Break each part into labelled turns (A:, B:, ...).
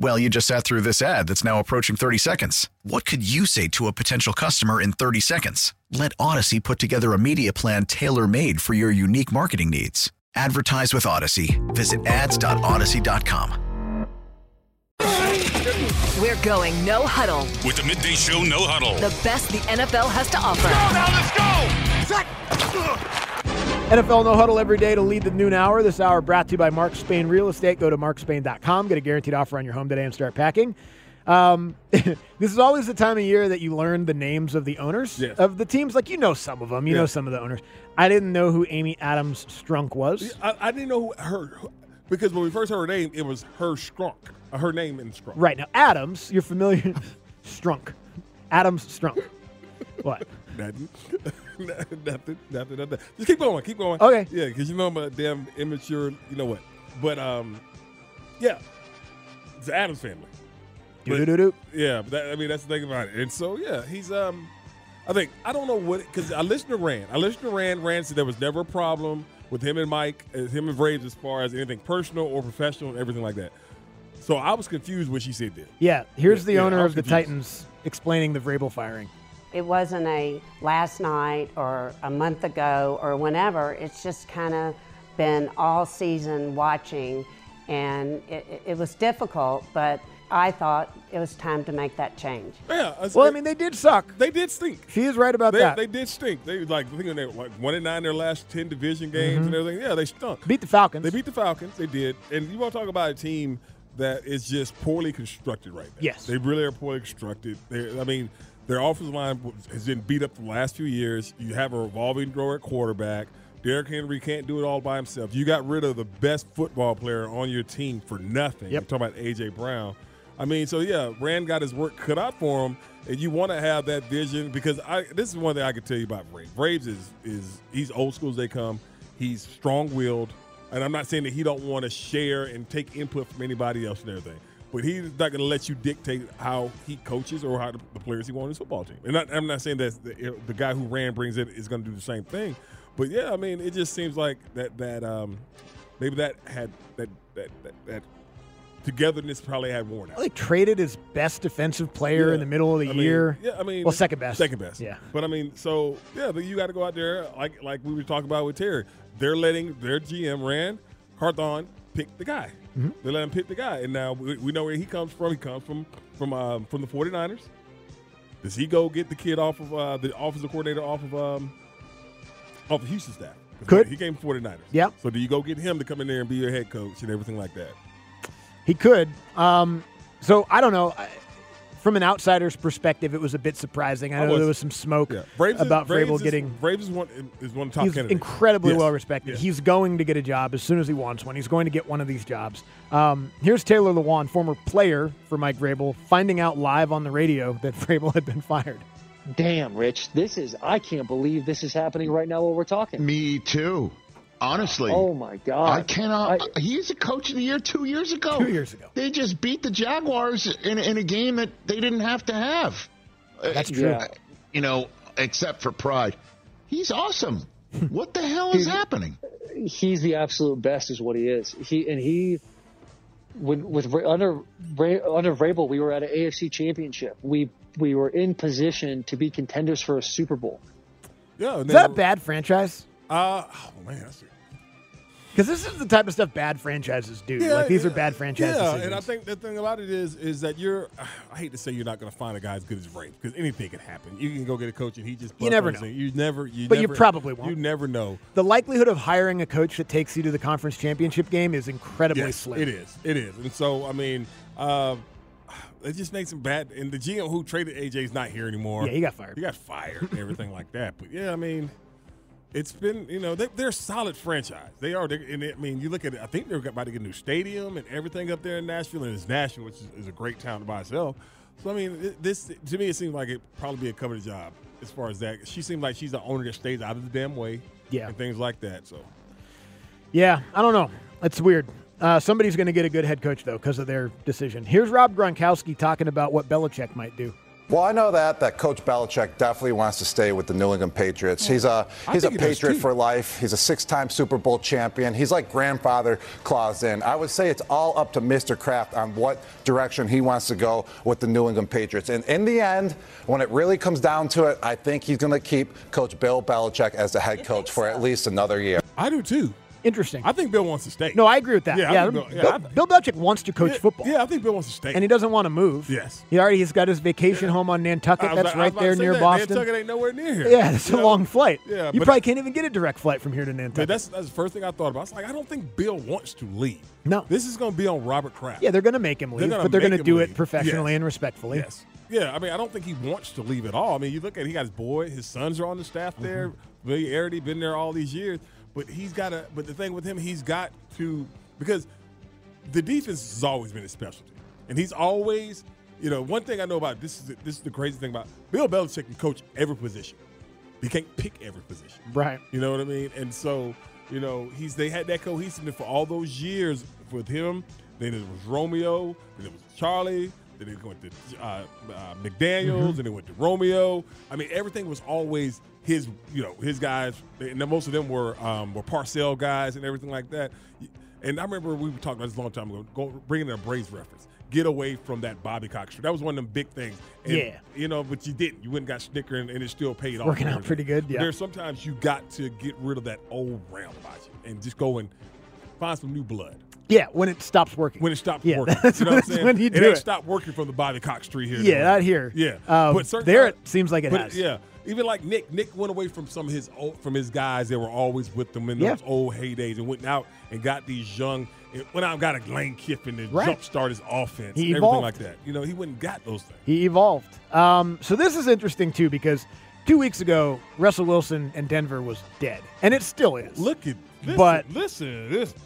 A: Well, you just sat through this ad that's now approaching 30 seconds. What could you say to a potential customer in 30 seconds? Let Odyssey put together a media plan tailor made for your unique marketing needs. Advertise with Odyssey. Visit ads.odyssey.com.
B: We're going no huddle.
C: With the midday show, no huddle.
B: The best the NFL has to offer.
D: NFL No Huddle every day to lead the noon hour. This hour brought to you by Mark Spain Real Estate. Go to markspain.com, get a guaranteed offer on your home today and start packing. Um, this is always the time of year that you learn the names of the owners
E: Yes.
D: of the teams. Like, you know some of them, you know
E: Yeah.
D: some of the owners. I didn't know who Amy Adams Strunk was.
E: I, I didn't know who her who- because when we first heard her name, it was her Strunk, uh, her name in Strunk.
D: Right now, Adams, you're familiar. Strunk. Adams Strunk. what?
E: Nothing. nothing. Nothing. Nothing. Just keep going. Keep going.
D: Okay.
E: Yeah, because you know I'm a damn immature. You know what? But um, yeah, it's the Adams family. But-
D: Do do do.
E: Yeah, but that, I mean that's the thing about it. And so yeah, he's um, I think I don't know what because I listened to Rand. I listened to Rand. Rand said there was never a problem with him and Mike, uh, him and Braves as far as anything personal or professional and everything like that. So I was confused when she said that.
D: Yeah, here's
E: Yeah,
D: the
E: yeah,
D: owner
E: I'm
D: of the
E: confused.
D: Titans explaining the Vrabel firing.
F: It wasn't a last night or a month ago or whenever. It's just kind of been all season watching, and it, it- it was difficult, but I thought it was time to make that change.
E: Yeah. was-
D: Well, I mean, they did suck.
E: they did stink.
D: She is right about
E: They,
D: that.
E: they did stink. They was like I think they were like one and nine in their last ten division games
D: Mm-hmm.
E: and everything. Yeah, they stunk.
D: beat the Falcons.
E: They beat the Falcons. They did. And you want to talk about a team that is just poorly constructed right now.
D: Yes.
E: They really are poorly constructed. They're, I mean, their offensive line has been beat up for the last few years. You have a revolving door at quarterback. Derrick Henry can't do it all by himself. You got rid of the best football player on your team for nothing.
D: Yep.
E: You're talking about A.J. Brown. I mean, so yeah, Rand got his work cut out for him, and you want to have that vision because I this is one thing I can tell you about Braves. Braves is is he's old school as they come. He's strong willed, and I'm not saying that he don't want to share and take input from anybody else and everything, but he's not going to let you dictate how he coaches or how the, the players he wants on his football team. And not, I'm not saying that the, the guy who Rand brings in is going to do the same thing, but yeah, I mean, it just seems like that that um maybe that had that that that. that Togetherness probably had worn out.
D: Well, they traded his best defensive player in
E: Yeah.
D: the middle of the
E: I mean,
D: year.
E: Yeah, I mean,
D: well, second best.
E: Second best.
D: Yeah.
E: But I mean, so yeah, but you got to go out there like like we were talking about with Terry. They're letting their GM Rand Carthon pick the guy.
D: Mm-hmm.
E: They let him pick the guy, and now we, we know where he comes from. He comes from from um, from the 49ers. Does he go get the kid off of uh, the offensive coordinator off of um, off of Houston staff? 'Cause
D: Could.
E: he came from 49ers?
D: Yep.
E: So do you go get him to come in there and be your head coach and everything like that?
D: He could. Um, so I don't know. I, from an outsider's perspective, it was a bit surprising. I
E: I
D: know
E: was-
D: there was some smoke
E: Yeah. Braves is-
D: about
E: Braves
D: Vrabel
E: is-
D: getting.
E: Braves is one is one of the top
D: He's
E: candidates.
D: incredibly
E: Yes.
D: well respected.
E: Yeah.
D: He's going to get a job as soon as he wants one. He's going to get one of these jobs. Um, here's Taylor Lewan, former player for Mike Vrabel, finding out live on the radio that Vrabel had been fired.
G: Damn, Rich, this is, I can't believe this is happening right now while we're talking.
H: Me too. Honestly.
G: Oh my God.
H: I cannot.
G: I-
H: he was the coach of the year two years ago.
D: Two years ago.
H: They just beat the Jaguars in, in a game that they didn't have to have.
D: That's
H: Uh,
D: true.
G: Yeah.
H: You know, except for pride. He's awesome. what the hell is happening?
G: he's the absolute best, is what he is. He and he, when with Ra- under Ra- under Vrabel, we were at an AFC Championship. We we were in position to be contenders for a Super Bowl.
E: Yeah, and
D: Is that a
E: then-
D: bad franchise?
E: Uh, oh man, that's a,
D: Because this is the type of stuff bad franchises do. like these are bad franchise
E: Yeah,
D: decisions.
E: and I think the thing about it is, is that you're. I hate to say you're not going to find a guy as good as Ray because anything can happen. You can go get a coach and he just.
D: You never
E: busts on
D: know.
E: his thing. You never. You
D: But you
E: never-
D: probably won't.
E: You never know.
D: the likelihood of hiring a coach that takes you to the conference championship game is incredibly
E: Yes,
D: slim.
E: it is. It is. And so I mean, uh, it just makes him bad. And the GM who traded AJ is not here anymore.
D: Yeah, he got fired.
E: He got fired and everything like that. But yeah, I mean, it's been you know they, they're a solid franchise. They are. They, and I mean, you look at it. I think they're about to get a new stadium and everything up there in Nashville. And it's Nashville, which is, is a great town by itself. So I mean, it- this to me it seems like it probably be a cover job as far as that. She seemed like she's the owner that stays out of the damn way.
D: Yeah.
E: and things like that. So
D: Yeah, I don't know. It's weird. Uh, somebody's going to get a good head coach, though, because of their decision. Here's Rob Gronkowski talking about what Belichick might do.
I: Well, I know that that Coach Belichick definitely wants to stay with the New England Patriots. He's a
E: I
I: he's a
E: think he does,
I: patriot
E: too.
I: for life. He's a six-time Super Bowl champion. He's like grandfather clause in. I would say it's all up to Mr. Kraft on what direction he wants to go with the New England Patriots. And in the end, when it really comes down to it, I think he's going to keep Coach Bill Belichick as the head coach for at least another year.
E: I do too.
D: Interesting.
E: I think Bill wants to stay.
D: no, I agree with that.
E: Yeah,
D: Yeah,
E: I think Bill- yeah, I think-
D: Bill, Bill Belichick wants to coach
E: yeah,
D: football,
E: Yeah, I think Bill wants to stay.
D: and he doesn't want to move.
E: Yes.
D: he already he's got his vacation home on Nantucket.
E: I was
D: That's
E: like- I was
D: right
E: about
D: there
E: to say
D: near
E: that.
D: Boston.
E: Nantucket ain't nowhere near here.
D: Yeah, it's
E: You
D: a
E: know?
D: long flight.
E: Yeah,
D: you
E: but-
D: probably can't even get a direct flight from here to Nantucket.
E: But that's that's the first thing I thought about. I was like, I don't think Bill wants to leave.
D: No.
E: this is going to be on Robert Kraft.
D: yeah, they're going to make him
E: They're
D: leave,
E: gonna
D: but they're
E: make
D: going to
E: him
D: do it
E: leave.
D: professionally
E: Yes.
D: and respectfully.
E: Yes. Yeah, I mean, I don't think he wants to leave at all. I mean, you look at he got his boy, his sons are on the staff there. Familiarity, been there all these years. But he's got to. But the thing with him, he's got to because the defense has always been his specialty, and he's always, you know, one thing I know about this is the, this is the crazy thing about Bill Belichick can coach every position. He can't pick every position.
D: Right.
E: You know what I mean? And so, you know, he's they had that cohesiveness for all those years with him. Then it was Romeo, then it was Charlie, then it went to uh, uh, McDaniels,
D: Mm-hmm.
E: and it went to Romeo. I mean, everything was always his, you know, his guys, and then most of them were um, were Parcell guys and everything like that. And I remember we were talking about this a long time ago, go, bringing in a Braves reference. Get away from that Bobby Cox. That was one of them big things. And,
D: Yeah.
E: You know, but you didn't. You went and got Snicker, and, and it still paid off.
D: Working
E: and
D: out pretty good,
E: everything. But
D: yeah.
E: Oh, There's sometimes you got to get rid of that old round about you and just go and find some new blood
D: Yeah, when it stops working.
E: when it stops
D: Yeah,
E: working.
D: that's
E: you know what I'm
D: that's
E: saying?
D: when you do
E: it ain't
D: it.
E: stopped working from the Bobby Cox tree here.
D: Yeah,
E: out
D: not here.
E: Yeah,
D: Um,
E: certain
D: there
E: guys-
D: it seems like it
E: but
D: has.
E: Yeah, even like Nick. Nick went away from some of his old, from his guys that were always with them in
D: Yeah.
E: those old heydays and went out and got these young. And went out and got a Lane Kiffin to
D: Right.
E: jumpstart his offense.
D: He
E: and everything
D: evolved.
E: like that. You know, he went and got those things.
D: He evolved. Um, so this is interesting too because two weeks ago Russell Wilson and Denver was dead, and it still is.
E: Look at listen,
D: But-
E: listen, listen.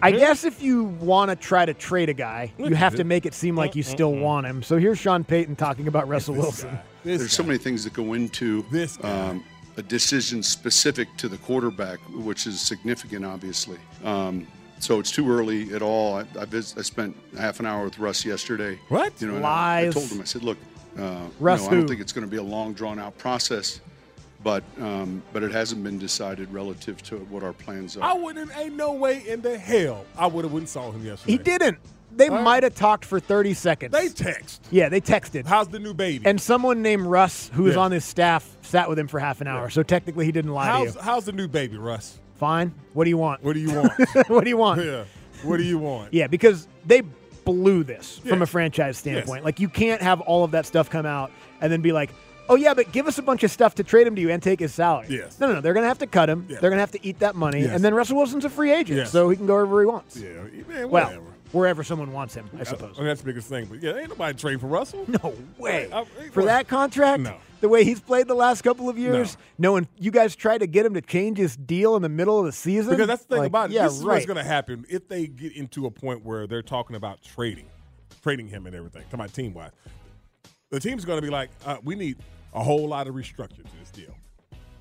D: I guess if you want to try to trade a guy, you
E: at
D: have to
E: this.
D: make it seem like you still want him. So here's Sean Payton talking about Russell Wilson.
E: This
J: There's so
E: guy.
J: many things that go into
E: This guy.
J: um, a decision specific to the quarterback, which is significant, obviously. Um, so it's too early at all. I, I, vis- I spent half an hour with Russ yesterday.
E: What?
J: You know, and I- I,
D: Lies.
J: told him, I said, look, uh,
D: Russ
J: no, I
D: who?
J: don't think it's going to be a long, drawn out process, but um, but it hasn't been decided relative to what our plans are.
E: I wouldn't. Ain't no way in the hell I would have wouldn't saw him yesterday.
D: he didn't. They
E: All right.
D: might have talked for 30 seconds.
E: They text.
D: yeah, they texted.
E: How's the new baby?
D: and someone named Russ, who was
E: Yeah.
D: on his staff, sat with him for half an hour. So technically, he didn't lie
E: how's
D: to you.
E: how's the new baby, Russ?
D: Fine. What do you want?
E: What do you want?
D: what do you want?
E: yeah. What do you want?
D: Yeah, because they blew this from a
E: Yes.
D: franchise standpoint. Like you can't have all of that stuff come out and then be like, "Oh yeah, but give us a bunch of stuff to trade him to you and take his salary."
E: Yes.
D: No, no, no. They're gonna have to cut him.
E: Yes.
D: They're gonna have to eat that money,
E: Yes.
D: and then Russell Wilson's a free agent,
E: Yes.
D: so he can go wherever he wants.
E: Yeah. Man,
D: Well,
E: whatever. Uh,
D: wherever someone wants him, I
E: I,
D: suppose.
E: I mean, that's the biggest thing. But yeah, ain't nobody trading for Russell.
D: No way.
E: I- I-
D: For that contract,
E: Uh, No.
D: the way he's played the last couple of years, knowing you guys tried to get him to change his deal in the middle of the season.
E: Because that's the thing
D: like,
E: about it.
D: Yeah,
E: this is
D: right.
E: what's going to happen if they get into a point where they're talking about trading, trading him and everything. Talking about team wise, the team's going to be like, uh, we need a whole lot of restructure to this deal.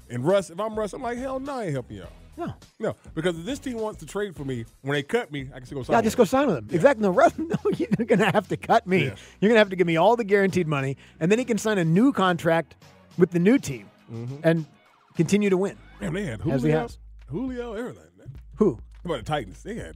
E: And Russ, if I'm Russ, I'm like, hell no, I ain't helping y'all.
D: No.
E: no, because if this team wants to trade for me, when they cut me, I can still go sign.
D: Yeah,
E: with
D: just go
E: them.
D: sign with him. Exactly. No, Russ, no, you're gonna have to cut me.
E: Yeah.
D: You're gonna have to give me all the guaranteed money, and then he can sign a new contract with the new team
E: Mm-hmm.
D: and continue to win.
E: Damn, they had
D: As he
E: Julio,
D: has.
E: Julio, everything. man.
D: Who?
E: How about the Titans? They had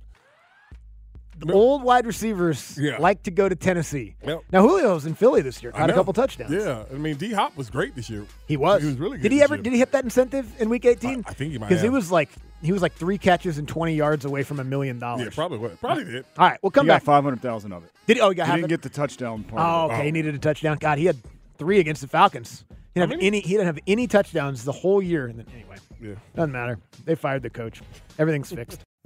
D: The old wide receivers
E: Yeah.
D: like to go to Tennessee.
E: Yep.
D: Now Julio's in Philly this year.
E: I
D: Caught a
E: know.
D: couple touchdowns.
E: Yeah, I mean, D Hop was great this year.
D: He was.
E: He was really good.
D: Did he
E: this
D: ever?
E: year.
D: Did he hit that incentive in Week 18?
E: I- I think he might
D: Because he
E: have.
D: was like he was like three catches and 20 yards away from a million dollars.
E: Yeah, probably was. Probably did.
D: All right, we'll
K: he
D: come back.
K: Got Five hundred thousand of it.
D: Did he? Oh, he got
K: He
D: half
K: didn't
D: it?
K: get the touchdown
D: Oh,
K: part.
D: okay.
K: of
D: He
K: it.
D: needed a touchdown. God, he had three against the Falcons. He didn't
E: How
D: have
E: many?
D: any. He didn't have any touchdowns the whole year. And then anyway,
E: Yeah.
D: doesn't matter. They fired the coach. Everything's fixed.